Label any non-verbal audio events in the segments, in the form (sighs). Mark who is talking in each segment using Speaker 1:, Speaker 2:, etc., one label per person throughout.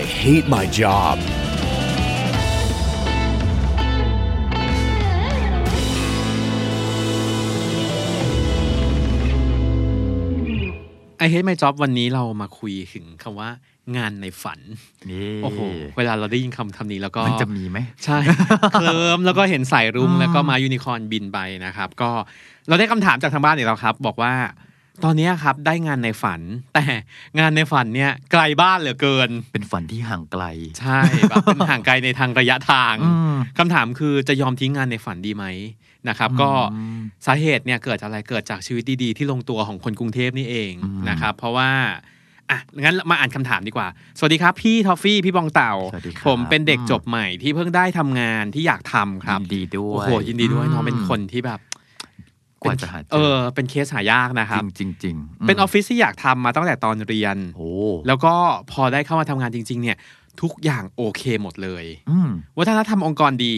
Speaker 1: I hate my job.
Speaker 2: ไอเฮดไมจ็อบวันนี้เรามาคุยถึงคำว่า งานในฝัน
Speaker 3: นี่
Speaker 2: โอ้โห เวลาเราได้ยินคำคำนี้แล้วก็
Speaker 3: มันจะมีไหม
Speaker 2: ใช่ เคลิ้มแล้วก็เห็นสายรุ้ง (laughs) แล้วก็มายูนิคอร์นบินไปนะครับ ก็เราได้คำถามจากทางบ้านอีกแล้วครับ บอกว่า ตอนเนี้ยครับได้งานในฝัน แต่งานในฝันเนี่ยไกลบ้านเหลือเกิน
Speaker 3: เป็นฝันที่ห่างไกล
Speaker 2: ใช่แบบเป็นห่างไกลในทางระยะทาง
Speaker 3: อืม
Speaker 2: คำถามคือจะยอมทิ้งงานในฝันดีไหมนะครับ ก็สาเหตุเนี่ยเกิดจากอะไรเกิดจากชีวิตดีๆ ที่ลงตัวของคนกรุงเทพนี่เองนะครับ เพราะว่าอ่ะงั้นมาอ่านคำถามดีกว่า สวัสดีครับ พี่ทอฟฟี่พี่บองเต่า
Speaker 3: สวัสดีครับ
Speaker 2: ผมเป็นเด็กจบใหม่ที่เพิ่งได้ทำงานที่อยากทำครับ
Speaker 3: ยินดีด้ว
Speaker 2: โอ้
Speaker 3: ย
Speaker 2: โหยินดีด้วยน้องเป็นคนที่แบบ
Speaker 3: กว่าจะหาจ
Speaker 2: เออเป็นเคสหายากนะครับ
Speaker 3: จริงๆจริงๆม
Speaker 2: เป็นออฟฟิศที่อยากทำมาตั้งแต่ตอนเรียน
Speaker 3: โอ้
Speaker 2: แล้วก็พอได้เข้ามาทำงานจริง ๆ เนี่ย ทุกอย่างโอเคหมดเลย
Speaker 3: อืม
Speaker 2: วัฒนธรรมองค์กรดี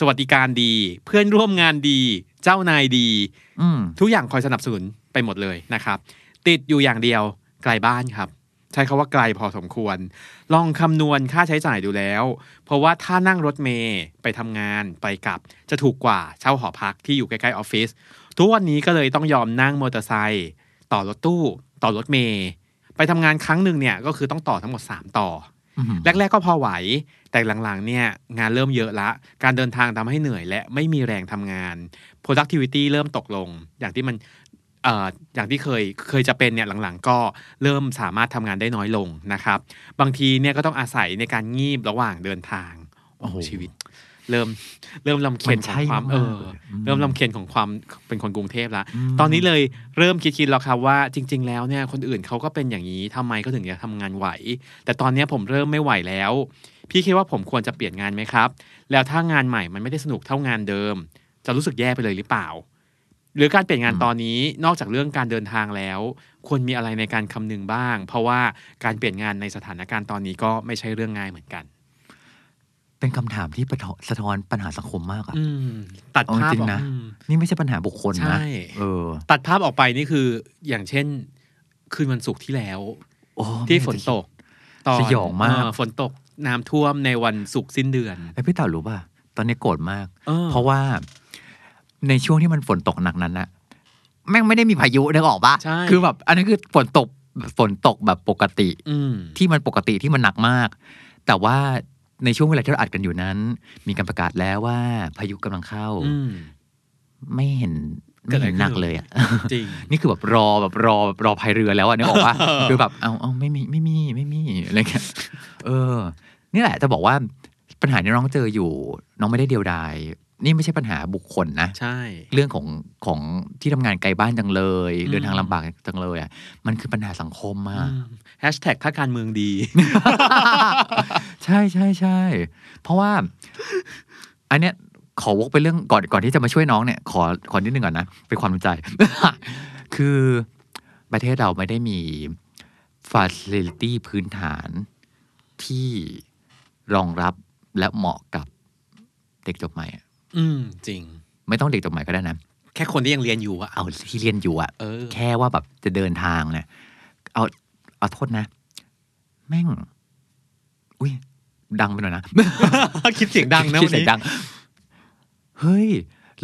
Speaker 2: สวัสดิการดี เพื่อนร่วมงานดี เจ้านายดี
Speaker 3: อืม
Speaker 2: ทุกอย่างคอยสนับสนุนไปหมดเลยนะครับ ติดอยู่อย่างเดียวไกลบ้านครับ ใช้คาว่าไกลพอสมควร ลองคำนวณค่าใช้จ่ายดูแล้ว เพราะว่าถ้านั่งรถเมย์ไปทำงานไปกลับ จะถูกกว่าเช่าหอพักที่อยู่ใกล้ๆออฟฟิศทุกวันนี้ก็เลยต้องยอมนั่งมอเตอร์ไซค์ต่อรถตู้ ต่อรถเมย์ไปทำงานครั้งหนึ่งเนี่ยก็คือต้องต่อทั้งหมด 3 ต่อ
Speaker 3: อืม
Speaker 2: แรกๆก็พอไหว แต่หลังๆ เนี่ยงานเริ่มเยอะละ การเดินทางทำให้เหนื่อยและไม่มีแรงทำงาน productivity เริ่มตกลง อย่างที่มันเอ่ออย่างที่เคยเคยจะเป็นเนี่ยหลังๆ ก็เริ่มสามารถทำงานได้น้อยลงนะครับ บางทีเนี่ยก็ต้องอาศัยในการงีบระหว่างเดินทาง โอ้โหชีวิต เริ่มเริ่มลำเคียนของความ
Speaker 3: นใช่กๆ
Speaker 2: เออ
Speaker 3: ลย
Speaker 2: เริ่มลำเคียนของความเป็นคนกรุงเทพแล้ว ตอนนี้เลยเริ่มคิดๆแล้วครับว่าจริง ๆ แล้วเนี่ยคนอื่นเขาก็เป็นอย่างนี้ทำไมก็ถึงจะทำงานไหว แต่ตอนเนี้ยผมเริ่มไม่ไหวแล้ว พี่คิดว่าผมควรจะเปลี่ยนงานไหมครับ แล้วถ้างานใหม่มันไม่ได้สนุกเท่างานเดิม จะรู้สึกแย่ไปเลยหรือเปล่า หรือการเปลี่ยนงานตอนนี้นอกจากเรื่องการเดินทางแล้ว ควรมีอะไรในการคำนึงบ้าง เพราะว่าการเปลี่ยนงานในสถานการณ์ตอนนี้ก็ไม่ใช่เรื่องง่ายเหมือนกัน
Speaker 3: เป็นคำถามที่ประทสะท้อนปัญหาสังคมมากอ่ะ
Speaker 2: อืม ตัด
Speaker 3: เอา
Speaker 2: ภาพ
Speaker 3: จริง
Speaker 2: ออก
Speaker 3: นะ
Speaker 2: อืม
Speaker 3: นี่ไม่ใช่ปัญหาบุคคลนะ
Speaker 2: ใช่
Speaker 3: เออ
Speaker 2: ตัดภาพออกไปนี่คืออย่างเช่น คืนวันศุกร์ที่แล้ว
Speaker 3: โอ้
Speaker 2: ที่ฝนตก
Speaker 3: สยองมาก
Speaker 2: เฝนตกน้ำท่วมในวันศุกร์สิ้นเดือน
Speaker 3: ไอยพี่เต่ารู้ป่ะ ตอนนี้โกรธมาก
Speaker 2: เออ
Speaker 3: เพราะว่าในช่วงที่มันฝนตกหนักนั้นนะแม่งไม่ได้มีพายุนึกออกปะ
Speaker 2: ใช่
Speaker 3: คือแบบ อันนั้นคือฝนตกฝนตกแบบปกติ
Speaker 2: อืม
Speaker 3: ที่มันปกติที่มันหนักมาก แต่ว่าในช่วงเวลาที่เราอัดกันอยู่นั้น มีการประกาศแล้วว่าพายุกำลังเข้า
Speaker 2: อืม
Speaker 3: ไม่เห็น
Speaker 2: เกิ
Speaker 3: ไม่
Speaker 2: ดอะไร
Speaker 3: เห็น
Speaker 2: ขึ้น
Speaker 3: หนักเลยอ่ะ
Speaker 2: จริง
Speaker 3: นี่คือแบบรอแบบรอแบบรอพายเรือแล้วอ่ะนึกออกปะ คือแบบเอาเอาไม่มีไม่มีไม่มีอะไรเงี้ยเออ นี่แหละจะบอกว่าปัญหาที่น้องเจออยู่ น้องไม่ได้เดียวดาย นี่ไม่ใช่ปัญหาบุคคลนะ
Speaker 2: ใช่
Speaker 3: เรื่องของของที่ทำงานไกลบ้านจังเลย
Speaker 2: อืม
Speaker 3: เดินทางลำบากจังเลยอ่ะมันคือปัญหาสังคมมาก
Speaker 2: แฮชแท็กถ้าการเมืองดี
Speaker 3: ใช่ใช่ใช่เพราะว่า อันเนี้ยขอวกไปเรื่องก่อนก่อนที่จะมาช่วยน้องเนี่ย ขอขอนิดนึงก่อนนะ เป็นความรู้ใจ (laughs) คือประเทศเราไม่ได้มีฟาซิลิตี้พื้นฐานที่รองรับและเหมาะกับเด็กจบใหม่อะ
Speaker 2: อืม จริง
Speaker 3: ไม่ต้องเด็กจบใหม่ก็ได้นะ
Speaker 2: แค่คนที่ยังเรียนอยู่อะ
Speaker 3: เอาที่เรียนอยู่อะ
Speaker 2: เออ
Speaker 3: แค่ว่าแบบจะเดินทางเนี่ย เอาเอาโทษนะ แม่ง อุ้ย ดังไปหน่อยนะ
Speaker 2: (laughs) คิดเสียงดังนะ
Speaker 3: คิด
Speaker 2: วัน
Speaker 3: เสีย
Speaker 2: นี้
Speaker 3: งดัง เฮ้ย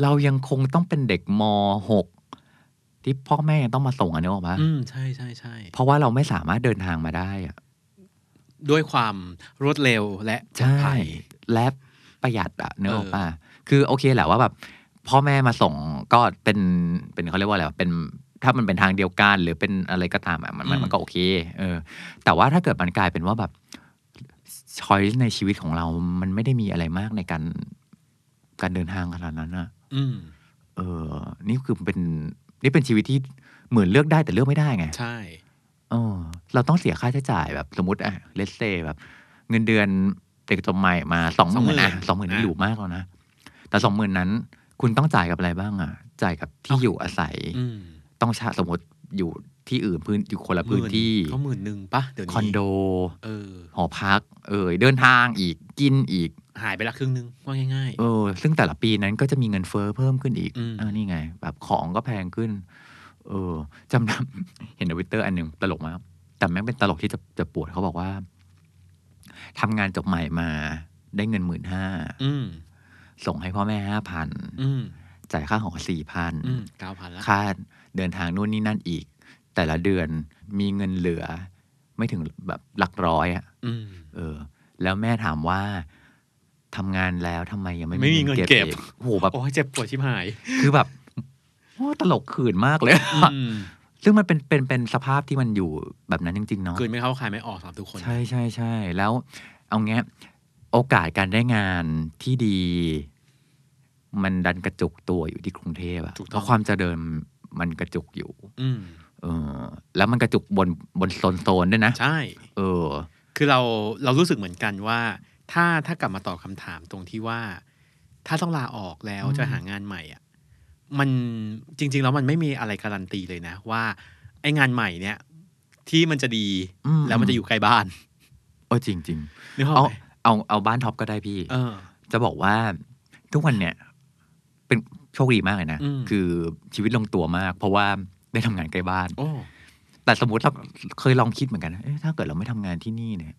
Speaker 3: เรายังคงต้องเป็นเด็กมหกที่พ่อแม่ยังต้องมาส่งอะนึกออกปะ
Speaker 2: อืม ใช่ใช่ใช่
Speaker 3: เพราะว่าเราไม่สามารถเดินทางมาได้อะ
Speaker 2: ด้วยความรวดเร็วและปลอดภัย
Speaker 3: และประหยัดอะนึกออก
Speaker 2: เอ
Speaker 3: ปะ
Speaker 2: อ
Speaker 3: คือโอเคแหละว่าแบบ พ่อแม่มาส่งก็เป็นเป็นเขาเรียกว่าอะไรวะเป็นถ้ามันเป็นทางเดียวกัน หรือเป็นอะไรก็ตามอะมันมันมันก็โอเค เออ แต่ว่าถ้าเกิดมันกลายเป็นว่าแบบช้อยในชีวิตของเรา มันไม่ได้มีอะไรมากในการการเดินทางขนาดนั้นอะ
Speaker 2: อืม
Speaker 3: เออ นี่คือเป็นนี่เป็นชีวิตที่เหมือนเลือกได้แต่เลือกไม่ได้ไง
Speaker 2: ใช่
Speaker 3: เออ เราต้องเสียค่าใช้จ่ายแบบสมมติอ่ะเลสเซแบบ เงินเดือนเด็กจบใหม่มาสองหมื่นอ่ะสองหมื่น
Speaker 2: 20,000
Speaker 3: นี่หรูมากแล้วนะ แต่สองหมื่นนั้น คุณต้องจ่ายกับอะไรบ้างอ่ะ จ่ายกับที่อยู่อาศัย
Speaker 2: อืม
Speaker 3: ต้องชาสมมติอยู่ที่อื่นพื้นอยู่คนละพื้นที่
Speaker 2: หมื่ก็หมื่นหนึ่งปะเดี๋ยวนี้
Speaker 3: คอนโด
Speaker 2: เออ
Speaker 3: หอพัก เอ่ยเดินทางอีกกินอีก
Speaker 2: หายไปละครึ่งหนึงว่าง่าย
Speaker 3: เออ ซึ่งแต่ละปีนั้นก็จะมีเงินเฟ้อเพิ่มขึ้นอีก
Speaker 2: อืม
Speaker 3: อ่านี่ไง แบบของก็แพงขึ้น เออจำได้ (laughs) เห็นทวิตเตอร์อันหนึ่งตลกมาก แต่แม่งเป็นตลกที่จะจะปวดเขาบอกว่าทำงานจบใหม่มาได้เงินหมื่นห้า
Speaker 2: ๆ อืม
Speaker 3: ส่งให้พ่อแม่ห้าพัน
Speaker 2: อืม
Speaker 3: จ่ายค่าหอสี่พัน
Speaker 2: อืมเก้าพันละ
Speaker 3: ค่าเดินทางนู่นนี่นั่นอีก แต่ละเดือนมีเงินเหลือ ไม่ถึงแบบหลักร้อยอะ
Speaker 2: อืม
Speaker 3: เออ แล้วแม่ถามว่าทำงานแล้วทำไมยังไม่
Speaker 2: ไม่มีเงินเก็บ
Speaker 3: อีโอ้โหแบบ
Speaker 2: โอ้ยเจ็บปวดชิบหาย
Speaker 3: คือแบบโอ้ตลกขื่นมากเลย
Speaker 2: อืม
Speaker 3: ซึ่งมันเป็นเป็นเป็นสภาพที่มันอยู่แบบนั้นจริง ๆ เนาะ
Speaker 2: คืนไม่เข้าขายไม่ออกสำหรับทุกคน
Speaker 3: ใช่ใช่ใช่แล้วเอาแงะโอกาสการได้งานที่ดี มันดันกระจุกตัวอยู่ที่กรุงเทพอะ
Speaker 2: ถูกต้อง
Speaker 3: เพราะความเจริญมันกระจุกอยู่
Speaker 2: อืม
Speaker 3: เออ แล้วมันกระจุกบนบนโซนโซนๆด้วยนะ
Speaker 2: ใช่
Speaker 3: เออ
Speaker 2: คือเราเรารู้สึกเหมือนกันว่า ถ้าถ้ากลับมาตอบคำถามตรงที่ว่า ถ้าต้องลาออกแล้ว
Speaker 3: อืม
Speaker 2: จะหางานใหม่อ่ะมันจริง ๆ แล้วมันไม่มีอะไรการันตีเลยนะ ว่าไอ้งานใหม่เนี่ย ที่มันจะดี
Speaker 3: อื
Speaker 2: แล้วมันจะอยู่ใกล้บ้าน
Speaker 3: เออจริงจริง
Speaker 2: นึก
Speaker 3: ๆ
Speaker 2: ออ
Speaker 3: เอา
Speaker 2: กไหม
Speaker 3: เอาเอาบ้านท็อปก็ได้พี่
Speaker 2: เออ
Speaker 3: จะบอกว่าทุกวันเนี่ย เป็นโชคดีมากเลยนะ
Speaker 2: อืม
Speaker 3: คือชีวิตลงตัวมาก เพราะว่าได้ทำงานใกล้บ้าน
Speaker 2: โอ้
Speaker 3: แต่สมมติเราเคยลองคิดเหมือนกันนะเอ๊ะถ้าเกิดเราไม่ทำงานที่นี่เนี่ย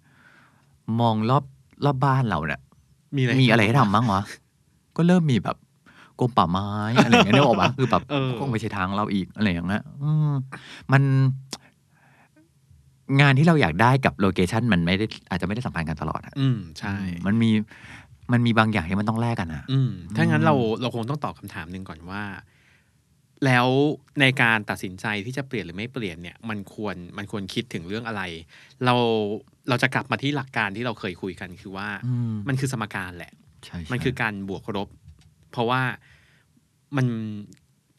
Speaker 3: มองรอบรอบบ้านเราเนี่ย
Speaker 2: มีอะไร
Speaker 3: มีอะไรให้ทำบ้างวะก็เริ่มมีแบบกรมป่าไม้อะไรอย่างเงี้ยนึกออกปะคือแบบ
Speaker 2: เออ
Speaker 3: คงไม่ใช่ทางเราอีกอะไรอย่างเงี้ยอืมมันงานที่เราอยากได้กับโลเคชันมันไม่ได้อาจจะไม่ได้สัมพันธ์กันตลอดอะ
Speaker 2: อืมใช่
Speaker 3: มันมีมันมีบางอย่างที่มันต้องแลกกันอะ
Speaker 2: อืมถ้างั้นเราเราคงต้องตอบคำถามหนึ่งก่อนว่า แล้วในการตัดสินใจที่จะเปลี่ยนหรือไม่เปลี่ยนเนี่ย มันควรมันควรคิดถึงเรื่องอะไร เราเราจะกลับมาที่หลักการที่เราเคยคุยกันคือว่า
Speaker 3: อื
Speaker 2: มันคือสมการแหละ
Speaker 3: ใช่ใช่
Speaker 2: มันคือการบวกลบ เพราะว่ามัน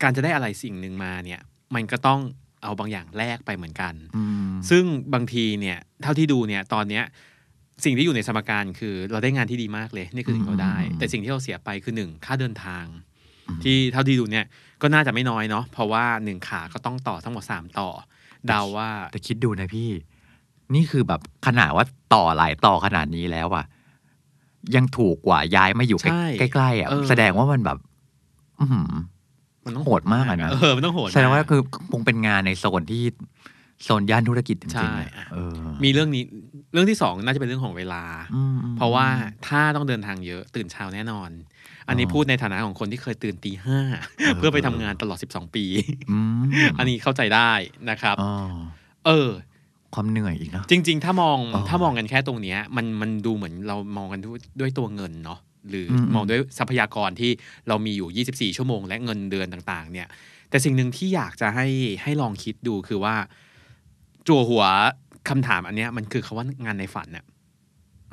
Speaker 2: การจะได้อะไรสิ่งหนึ่งมาเนี่ย มันก็ต้องเอาบางอย่างแลกไปเหมือนกัน
Speaker 3: อืม
Speaker 2: ซึ่งบางทีเนี่ยเท่าที่ดูเนี่ยตอนเนี้ยสิ่งที่อยู่ในสมการคือเราได้งานที่ดีมากเลยนี่คือสิ่งที่เราได้ แต่สิ่งที่เราเสียไปคือหนึ่งค่าเดินทาง ที่เท่าที่ดูเนี่ยก็น่าจะไม่น้อยเนาะเพราะว่าหนึ่งขาก็ต้องต่อทั้งหมดสามต่อเดาว่า
Speaker 3: แต่คิดดูนะพี่ นี่คือแบบขนาดว่าต่อหลายต่อขนาดนี้แล้วอะยังถูกกว่าย้ายมาอยู่ใก
Speaker 2: ใช่
Speaker 3: ล้ใกล้ๆอะ
Speaker 2: เออ
Speaker 3: แสดงว่ามันแบบ อือหือ
Speaker 2: มันต้อง
Speaker 3: โหดมากอะนะ
Speaker 2: เออมันต้องโหดมก
Speaker 3: แสดงว่าคือคงเป็นงานในโซนที่โซนย่านธุรกิจจ
Speaker 2: ใช่
Speaker 3: ริงๆอะ
Speaker 2: อ่ะ
Speaker 3: เออ
Speaker 2: มีเรื่องนี้เรื่องที่สองน่าจะเป็นเรื่องของเวลา
Speaker 3: อืมอืม
Speaker 2: เพราะว่าถ้าต้องเดินทางเยอะตื่นเช้าแน่นอน อันนี้
Speaker 3: อ๋อ
Speaker 2: พูดในฐานะของคนที่เคยตื่นตีห้า
Speaker 3: ออ
Speaker 2: เพื่อไปทำงานตลอด 12 ปี
Speaker 3: อืม
Speaker 2: อันนี้เข้าใจได้นะครับ
Speaker 3: อ๋อ
Speaker 2: เออ
Speaker 3: ความเหนื่อยอีกเนาะ
Speaker 2: จริง ๆ ถ้ามอง
Speaker 3: อ๋อ
Speaker 2: ถ้ามองกันแค่ตรงเนี้ยมันมันดูเหมือนเรามองกันด้วยด้วยตัวเงินเนาะหรืออ
Speaker 3: ม
Speaker 2: มองด้วยทรัพยากรที่เรามีอยู่ 24 ชั่วโมง และเงินเดือนต่างๆ เนี่ย แต่สิ่งหนึ่งที่อยากจะให้ให้ลองคิดดูคือว่า จั่วหัวคำถามอันเนี้ยมันคือคาว่างานในฝันเนี่ย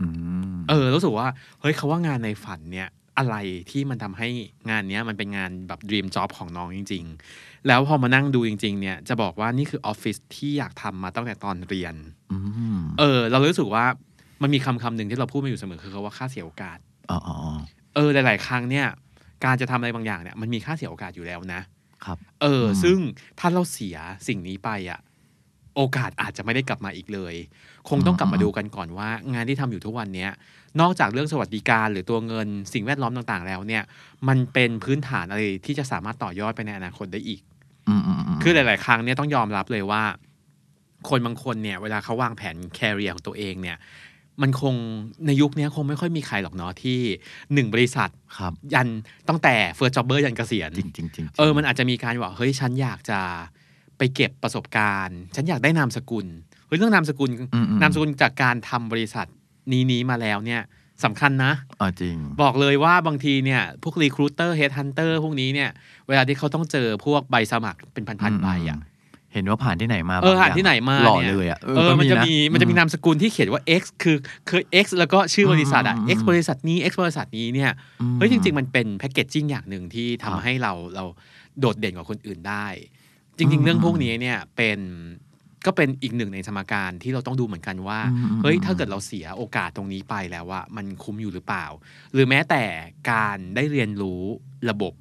Speaker 3: อืม
Speaker 2: เออรู้สึกว่าเฮ้ยคาว่างานในฝันเนี่ย อะไรที่มันทำให้งานเนี้ยมันเป็นงานแบบดีมจ็อบของน้องจริง ๆ แล้วพอมานั่งดูจริง ๆ เนี่ยจะบอกว่านี่คือออฟฟิศที่อยากทำมาตั้งแต่ตอนเรียน
Speaker 3: อืม
Speaker 2: เออ เรารู้สึกว่ามันมีคำคำหนึ่งที่เราพูดมาอยู่เสมอคือคำว่าค่าเสียโอกาส
Speaker 3: อ๋ออ๋ออ๋อ
Speaker 2: เออหลาย ๆ ครั้งเนี่ย การจะทำอะไรบางอย่างเนี่ยมันมีค่าเสียโอกาสอยู่แล้วนะ
Speaker 3: ครับ
Speaker 2: เอออ
Speaker 3: ม
Speaker 2: ซึ่งถ้าเราเสียสิ่งนี้ไปอะ่ะ โอกาสอาจจะไม่ได้กลับมาอีกเลย คงต้องกลับมาดูกันก่อนว่า งานที่ทำอยู่ทุกวันเนี้ย นอกจากเรื่องสวัสดิการหรือตัวเงินสิ่งแวดล้อมต่างๆ แล้วเนี่ย มันเป็นพื้นฐานอะไรที่จะสามารถต่อยอดไปในอนาคตได้อีก
Speaker 3: อืมอืมม
Speaker 2: คือหลาย ๆ ครั้งเนี่ยต้องยอมรับเลยว่า คนบางคนเนี่ย เวลาเขาวางแผนแคริเอร์ของตัวเองเนี่ย มันคงในยุคเนี้ยคงไม่ค่อยมีใครหรอกเนาะที่หนึ่งบริษัท
Speaker 3: ครับ
Speaker 2: ยันตั้งแต่เฟิร์สจ็อบเบอร์ยันเกษียณ
Speaker 3: จริงๆจริงๆจริงๆ
Speaker 2: เออ มันอาจจะมีการว่า เฮ้ย ฉันอยากจะไปเก็บประสบการณ์ ฉันอยากได้นามสกุล เฮ้ย เรื่องนามสกุล
Speaker 3: อืมอืม
Speaker 2: นามสกุลจากการทำบริษัทนี้นี้มาแล้วเนี่ยสำคัญนะ
Speaker 3: อ๋อจริง
Speaker 2: บอกเลยว่าบางทีเนี่ย พวกรีครูเตอร์เฮดฮันเตอร์พวกนี้เนี่ย เวลาที่เขาต้องเจอพวกใบสมัครเป็นพันๆใบอ่ะ
Speaker 3: มเห็นว่าผ่านที่ไหนมา
Speaker 2: เออบ
Speaker 3: งย่
Speaker 2: ผ่านที่ไหนมา
Speaker 3: หล่อ
Speaker 2: นี่
Speaker 3: เลยอ่ะ
Speaker 2: เออ มันจะ
Speaker 3: ก็
Speaker 2: มี มันจะมี
Speaker 3: อื
Speaker 2: นามสกุลที่เขียนว่า X คือคือ X แล้วก็ชื่อบริษัทอ่ะ
Speaker 3: อืมอืม
Speaker 2: X บริษัทนี้ X บริษัทนี้เนี่ย
Speaker 3: อืม
Speaker 2: เฮ้ยจริง ๆ มันเป็นแพคเกจจิ้งอย่างหนึ่งที่ทำ
Speaker 3: ครับ
Speaker 2: ให้เราเราโดดเด่นกว่าคนอื่นได้ จริง
Speaker 3: อืม
Speaker 2: ๆ เรื่องพวกนี้เนี่ยเป็น ก็เป็นอีกหนึ่งในสมการที่เราต้องดูเหมือนกันว่า
Speaker 3: อืมอืม
Speaker 2: เฮ้ย ถ้า
Speaker 3: อืม
Speaker 2: เกิดเราเสียโอกาสตรงนี้ไปแล้วว่ามันคุ้มอยู่หรือเปล่า หรือแม้แต่การได้เรียนรู้ระบบ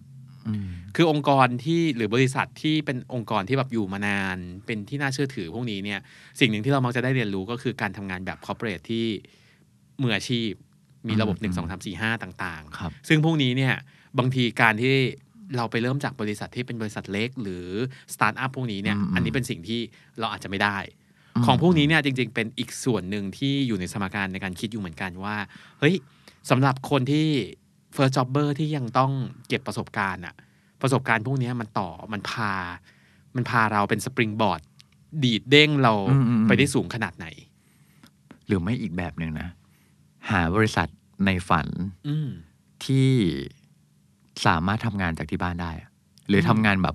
Speaker 3: อืม
Speaker 2: คือองค์กรที่หรือบริษัทที่เป็นองค์กรที่แบบอยู่มานาน เป็นที่น่าเชื่อถือพวกนี้เนี่ยสิ่งหนึ่งที่เรามักจะได้เรียนรู้ก็คือการทำงานแบบคอร์เปอเรทที่มืออาชีพ มีระบบ
Speaker 3: อืม
Speaker 2: 1 2 3 4 5 ต่าง
Speaker 3: ครับ
Speaker 2: ๆ ซึ่งพวกนี้เนี่ยบางทีการที่เราไปเริ่มจากบริษัทที่เป็นบริษัทเล็ก หรือสตาร์ทอัพพวกนี้เนี่ย
Speaker 3: อืมอืม
Speaker 2: อันนี้เป็นสิ่งที่เราอาจจะไม่ได้ ของพวกนี้เนี่ยจริงๆ เป็นอีกส่วนหนึ่งที่อยู่ในสมการในการคิดอยู่เหมือนกันว่า เฮ้ยสำหรับคนที่ first jobber ที่ยังต้องเก็บประสบการณ์อะประสบการณ์พวกเนี้ยมันต่อมันพา มันพาเราเป็นสปริงบอร์ด ดีดเด้งเรา
Speaker 3: อืมอืมอืม
Speaker 2: ไปได้สูงขนาดไหน
Speaker 3: หรือไม่อีกแบบหนึ่งนะ หาบริษัทในฝัน
Speaker 2: อืม
Speaker 3: ที่สามารถทำงานจากที่บ้านได้อะหรือทำงานแบบ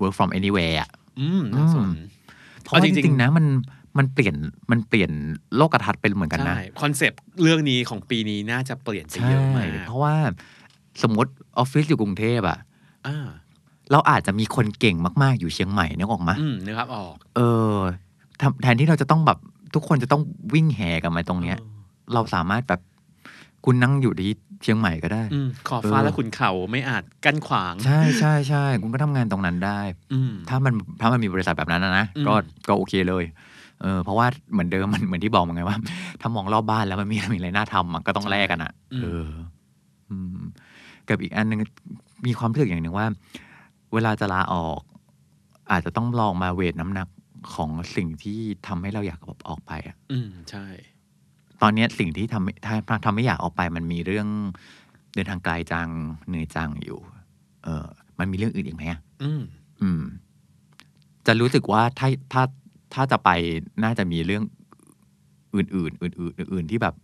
Speaker 3: work from anywhere อะ
Speaker 2: อืมน่าสน
Speaker 3: เพราะว่า
Speaker 2: เอา
Speaker 3: จ
Speaker 2: จริงๆ
Speaker 3: ริงๆนะมันมันเปลี่ยนมันเปลี่ยนโลกทัศน์ไปเหมือนกันนะ
Speaker 2: ใช่คอนเซปต์เรื่องนี้ของปีนี้น่าจะเปลี่ยนไปเยอะมาก
Speaker 3: เพราะว่าสมมติออฟฟิศอยู่กรุงเทพอะ
Speaker 2: อ่า
Speaker 3: เราอาจจะมีคนเก่งมากๆอยู่เชียงใหม่นึกออกมา
Speaker 2: อืมนึกครับออก
Speaker 3: เออทำแทนที่เราจะต้องแบบทุกคนจะต้องวิ่งแห่กันมาตรงเนี้ย เราสามารถแบบคุณนั่งอยู่ที่เชียงใหม่ก็ได้
Speaker 2: อืมขอบฟ้า
Speaker 3: เออ
Speaker 2: และขุนเขาไม่อาจกั้นขวาง
Speaker 3: ใช่ใช่ใช่คุณก็ทำงานตรงนั้นได้
Speaker 2: อืม
Speaker 3: ถ้ามันถ้ามันมีบริษัทแบบนั้นนะนะ
Speaker 2: อืม
Speaker 3: ก็ก็โอเคเลยเออเพราะว่าเหมือนเดิ (laughs) มมันเหมือนที่บอกมันไงว่า ถ้ามองรอบบ้านแล้วมันมีมีอะไรน่าทำมันก็ต้องแลกกันอ่ะเอออืมกับอีกอันหนึ่งมีความรู้สึกอย่างหนึ่งว่า เวลาจะลาออก อาจจะต้องลองมาเวทน้ำหนักของสิ่งที่ทำให้เราอยากออกไปอะ
Speaker 2: อืมใช่
Speaker 3: ตอนเนี้ยสิ่งที่ทำถ้าทำให้อยากออกไป มันมีเรื่องเดินทางไกลจังเหนื่อยจังอยู่ เออ มันมีเรื่องอื่นอีกไหมอะ
Speaker 2: อืม
Speaker 3: อืม จะรู้สึกว่าถ้าถ้าถ้าจะไปน่าจะมีเรื่องอื่นๆอื่นๆอื่นๆที่แบบ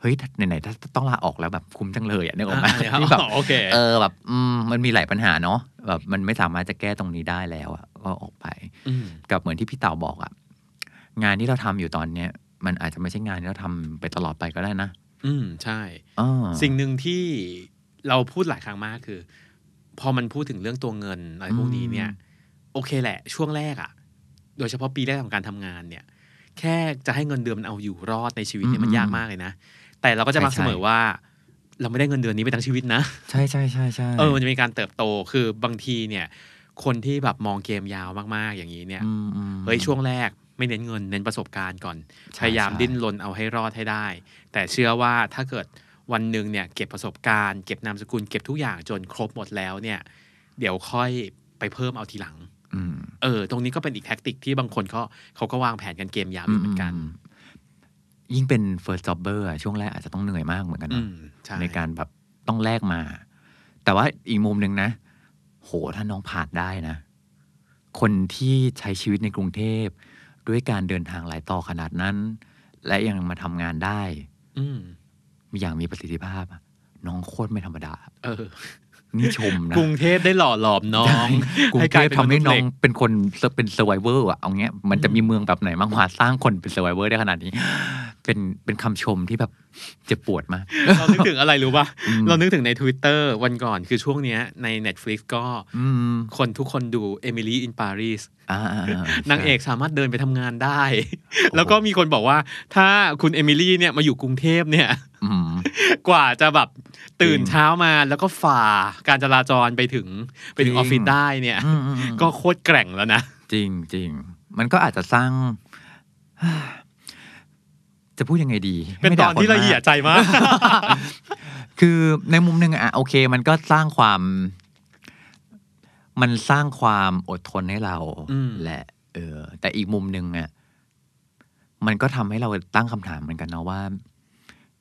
Speaker 3: เฮ้ยถ้าไหนๆถ้าต้องลาออกแล้วแบบคุ้มจังเลยอ่ะนึก
Speaker 2: (laughs)
Speaker 3: ออกไหม
Speaker 2: อ่าเนี่ยครับ
Speaker 3: ที่แบบ
Speaker 2: อ๋อโอเค
Speaker 3: เออแบบอืมมันมีหลายปัญหาเนาะแบบมันไม่สามารถจะแก้ตรงนี้ได้แล้วอ่ะก็ออกไป
Speaker 2: อืม
Speaker 3: กับเหมือนที่พี่เต่าบอกอ่ะงานที่เราทำอยู่ตอนเนี้ยมันอาจจะไม่ใช่งานที่เราทำไปตลอดไปก็ได้นะ
Speaker 2: อืม ใช่
Speaker 3: อ้อ
Speaker 2: สิ่งหนึ่งที่เราพูดหลายครั้งมากคือ พอมันพูดถึงเรื่องตัวเงินอะไรพวกนี้เนี่ย โอเคแหละ ช่วงแรกอะโดยเฉพาะปีแรกของการทำงานเนี่ย แค่จะให้เงินเดือนมันเอาอยู่รอดในชีวิตเนี่ยมันยากมากเลยนะ แต่เราก็จะมักเสมอว่า เราไม่ได้เงินเดือนนี้ไปทั้งชีวิตนะ
Speaker 3: ใช่ใช่ใช่ใช่
Speaker 2: เออ มันจะมีการเติบโต คือบางทีเนี่ย คนที่แบบมองเกมยาวมากๆอย่างนี้เนี่ย เฮ้ยช่วงแรกไม่เน้นเงินเน้นประสบการณ์ก่อน
Speaker 3: ใช่
Speaker 2: พยายาม
Speaker 3: ใช่
Speaker 2: ดิ้นรนเอาให้รอดให้ได้ แต่เชื่อว่าถ้าเกิดวันหนึ่งเนี่ยเก็บประสบการณ์ เก็บนามสกุลเก็บทุกอย่างจนครบหมดแล้วเนี่ย เดี๋ยวค่อยไปเพิ่มเอาทีหลัง
Speaker 3: อืม
Speaker 2: เออ ตรงนี้ก็เป็นอีกแท็กติกที่บางคนเขาเขาก็วางแผนกันเกมยาวอยู่เหมือนกัน
Speaker 3: อืมยิ่งเป็น first jobber อะช่วงแรกอาจจะต้องเหนื่อยมากเหมือนกัน
Speaker 2: อื
Speaker 3: เนาะ
Speaker 2: มใช่
Speaker 3: ในการแบบต้องแลกมา แต่ว่าอีกมุมหนึ่งนะ โหถ้าน้องผ่านได้นะ คนที่ใช้ชีวิตในกรุงเทพ ด้วยการเดินทางหลายต่อขนาดนั้น และยังมาทำงานได้
Speaker 2: อืม
Speaker 3: มีอย่างมีประสิทธิภาพอะน้องโคตรไม่ธรรมดา
Speaker 2: เออ
Speaker 3: นี่ชมนะ
Speaker 2: กรุงเทพได้หล่อหลอมน้อง
Speaker 3: กรุง
Speaker 2: ให้
Speaker 3: เท
Speaker 2: กลาย
Speaker 3: พ
Speaker 2: เป็น
Speaker 3: ทำให้
Speaker 2: มนุษย์
Speaker 3: น้อง
Speaker 2: เหล็ก
Speaker 3: เป็นคนเป็น survivor อะเอาเงี้ยมันจะมีเมืองแบบไหนบ้างวะสร้างคนเป็น survivor ได้ขนาดนี้ เป็นเป็นคำชมที่แบบเจ็บปวดมาก
Speaker 2: เรานึกถึงอะไรรู้ป่ะเรานึกถึงใน Twitter วันก่อนคือช่วงเนี้ยใน Netflix ก็
Speaker 3: อืม
Speaker 2: คนทุกคนดูเอมิลี่อินปารีส
Speaker 3: อ่าอ่าอ่
Speaker 2: นางเอกสามารถเดินไปทำงานได้
Speaker 3: (laughs)
Speaker 2: แล้วก็มีคนบอกว่า ถ้าคุณเอมิลี่เนี่ยมาอยู่กรุงเทพเนี่ย (laughs)
Speaker 3: อืม
Speaker 2: กว่าจะแบบตื่น
Speaker 3: จริง
Speaker 2: เช้ามาแล้วก็ฝ่าการจราจรไปถึงไปถึง
Speaker 3: จริ
Speaker 2: อง อฟฟิศได้เนี่ย
Speaker 3: อืมอืมอืม
Speaker 2: ก็โคตรแกร่งแล้วนะ
Speaker 3: จริงจริงมันก็อาจจะสร้าง (sighs) จะพูดยังไงดีให้
Speaker 2: เป็น
Speaker 3: ไม่
Speaker 2: ต
Speaker 3: ด่า
Speaker 2: อนที่
Speaker 3: คมาก
Speaker 2: ละเอียดใจมาก
Speaker 3: คือในมุมหนึ่งอะโอเค มันก็สร้างความ มันสร้างความอดทนให้เรา
Speaker 2: อืม
Speaker 3: แหละ เออ แต่อีกมุมหนึ่งอะมันก็ทำให้เราตั้งคำถามเหมือนกันนะว่า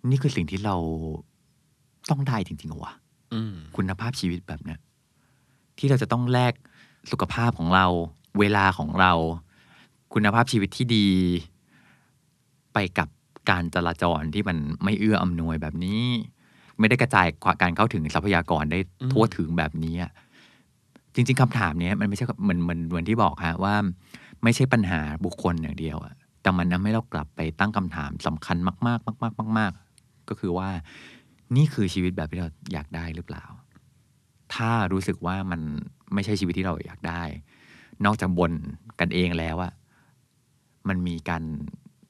Speaker 3: นี่คือสิ่งที่เราต้องได้จริงๆเหรอวะ
Speaker 2: อืม
Speaker 3: คุณภาพชีวิตแบบเนี้ยที่เราจะต้องแลกสุขภาพของเรา เวลาของเรา คุณภาพชีวิตที่ดี ไปกับการจราจรที่มันไม่เอื้ออำนวยแบบนี้ ไม่ได้กระจายการเข้าถึงทรัพยากรได้ทั่วถึงแบบนี้อะจริง ๆคำถามเนี้ยมันไม่ใช่เหมือนเหมือนเหมือนที่บอกฮะว่า ไม่ใช่ปัญหาบุคคลอย่างเดียวอะแต่มันทำให้เรากลับไปตั้งคำถามสำคัญมากๆมากๆมากๆก็คือว่า นี่คือชีวิตแบบที่เราอยากได้หรือเปล่า ถ้ารู้สึกว่ามันไม่ใช่ชีวิตที่เราอยากได้ นอกจากบนกันเองแล้วอะ มันมีการ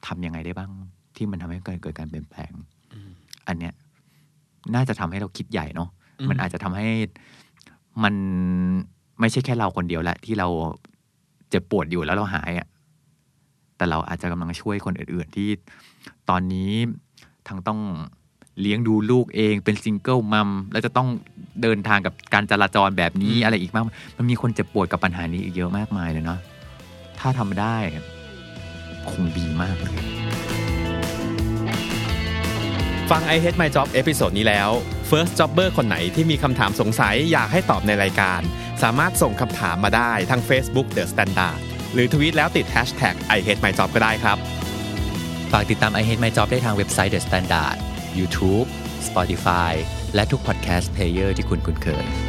Speaker 3: ทำยังไงได้บ้าง ที่มันทำให้เกิดเกิดการเปลี่ยนแปลง
Speaker 2: อืม
Speaker 3: อันเนี้ยน่าจะทำให้เราคิดใหญ่เนาะ
Speaker 2: อืม
Speaker 3: มันอาจจะทำให้มันไม่ใช่แค่เราคนเดียวแหละที่เราเจ็บปวดอยู่แล้วเราหายอะ่ะ แต่เราอาจจะกำลังช่วยคนอื่นๆ ที่ตอนนี้ทั้งต้องเลี้ยงดูลูกเองเป็นซิงเกิลมัมแล้วจะต้องเดินทางกับการจราจรแบบนี้อะไรอีกมาก มันมีคนเจ็บปวดกับปัญหานี้อีกเยอะมากมายเลยเนาะ ถ้าทำได้คงดีมากเลย
Speaker 1: ฟัง I Hate My Job เอพิโซดนี้แล้ว First Jobber คนไหนที่มีคำถามสงสัยอยากให้ตอบในรายการ สามารถส่งคำถามมาได้ทาง Facebook The Standard หรือทวีตแล้วติด Hashtag I Hate My Job ก็ได้ครับ
Speaker 4: ฝากติดตาม I Hate My Job ได้ทางเว็บไซต์ The Standard YouTube Spotify และทุก podcast player ที่คุณคุ้นเคย